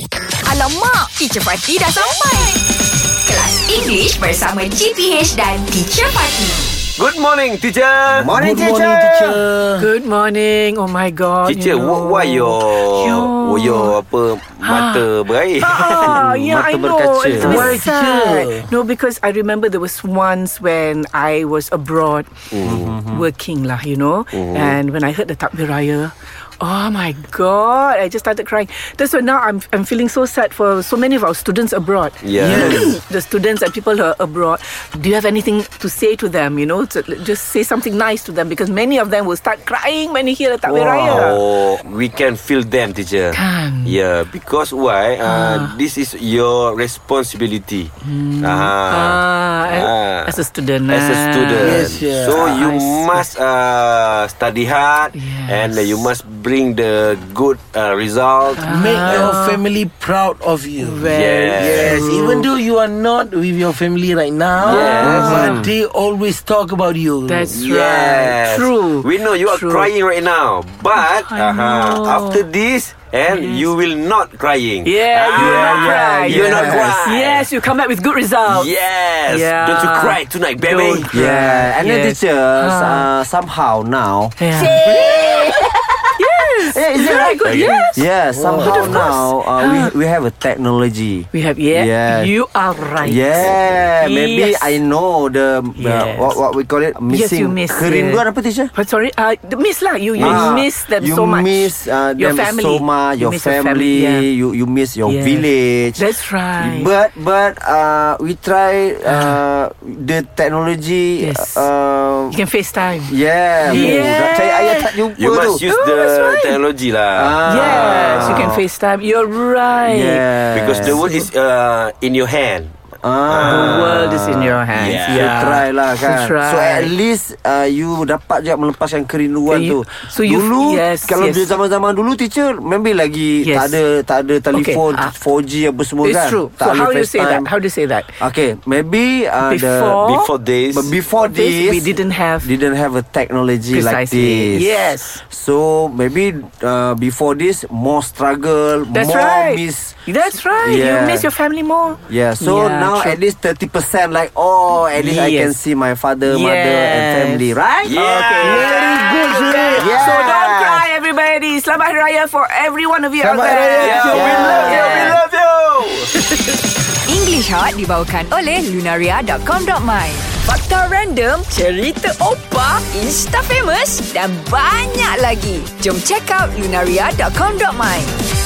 macam mak. Teacher Fatih dah sampai. Kelas English bersama GPH dan Teacher Fatih. Good morning, teacher. Morning, Good morning, teacher. teacher. Good morning. Oh my god. Teacher, you wh- know. why your Yo. yo. your apa mata berair? Ah, Hmm, yeah, Mata I know. berkaca. It's a bit Why, sad. teacher? No, because I remember there was once when I was abroad Mm-hmm. working lah, you know. And when I heard the takbir raya, oh my god, I just started crying. That's why now I'm I'm feeling so sad for so many of our students abroad. Yes. the students and people who are abroad. Do you have anything to say to them? You know, to, just say something nice to them because many of them will start crying when they hear the takbir raya. Oh, we can feel them, teacher. Kan. Yeah, because why? Uh, This is your responsibility. Hmm. Ah. Ah, Ah. as a student. As a ah. student, Yes, yeah. so you I see. must uh, study hard, Yes. Ah. and you must bring the good uh, result. Make your family proud of you. Yes. Yes, even though you are not with your family right now, Yes. but they always talk about you. That's Yes. right. True. We know you are True. crying right now, but uh-huh, I know. after this, and you will not crying. Yeah, Ah, you will not yeah, cry. You will not Yes. cry. Yes, you come back with good results. Yes. Yeah. Don't you cry tonight, baby. Don't. Yeah, and then Yes. Ha. teacher, uh, somehow now. Yeah. Eh, Yeah, is it Very good. Yes. Yeah, somehow of course. now uh, we, we have a technology. Ha. We have yeah. Yes. You are right. Yeah, maybe Yes. I know the uh, Yes. what, what we call it missing you miss kerinduan apa teacher? But sorry, uh, the miss lah. You you Ah, miss them you so much. miss uh, Your them family. so much. You Your miss your family. family, yeah. You you miss your Yes. village. That's right. Ah. But but uh, we try uh, the technology. Yes. Uh, you can FaceTime. yeah. Yes. Nak cari ayat tak jumpa You must tu. use Oh, the that's right. technology lah. Ah. Yes, you can FaceTime. You're right. Yeah. Because the world is uh, in your hand. ah. The world is in your hands. Yeah. You try lah You kan try. So at least uh, You dapat je Melepaskan kerinduan Okay, tu you- so you- Dulu yes, Kalau yes. dia zaman-zaman dulu Teacher Maybe lagi Yes. Tak ada Tak ada telefon Okay, ah. 4G apa semua It's kan true. tak so ada how do you say FaceTime. that? How do you say that? Okay Maybe uh, Before- the, Before this, But before this, This we didn't have. Didn't have a technology like Precisely. this Yes. So maybe uh, Before this More struggle That's More right. miss That's right. Yeah. You miss your family more. Yeah, so Yeah, now true. at least 30% like, oh, at least I Yes. can see my father, mother and Yes. family, right? Yeah. Okay. Very good, Zuri. Yeah. So don't cry, everybody. Selamat Hari Raya for every one of you out Selamat there. Hari Raya. Yeah, we Yeah. love you. We love you. English Hot dibawakan oleh lunaria.com.my. Fakta random, cerita opa, insta famous dan banyak lagi. Jom check out lunaria.com.my.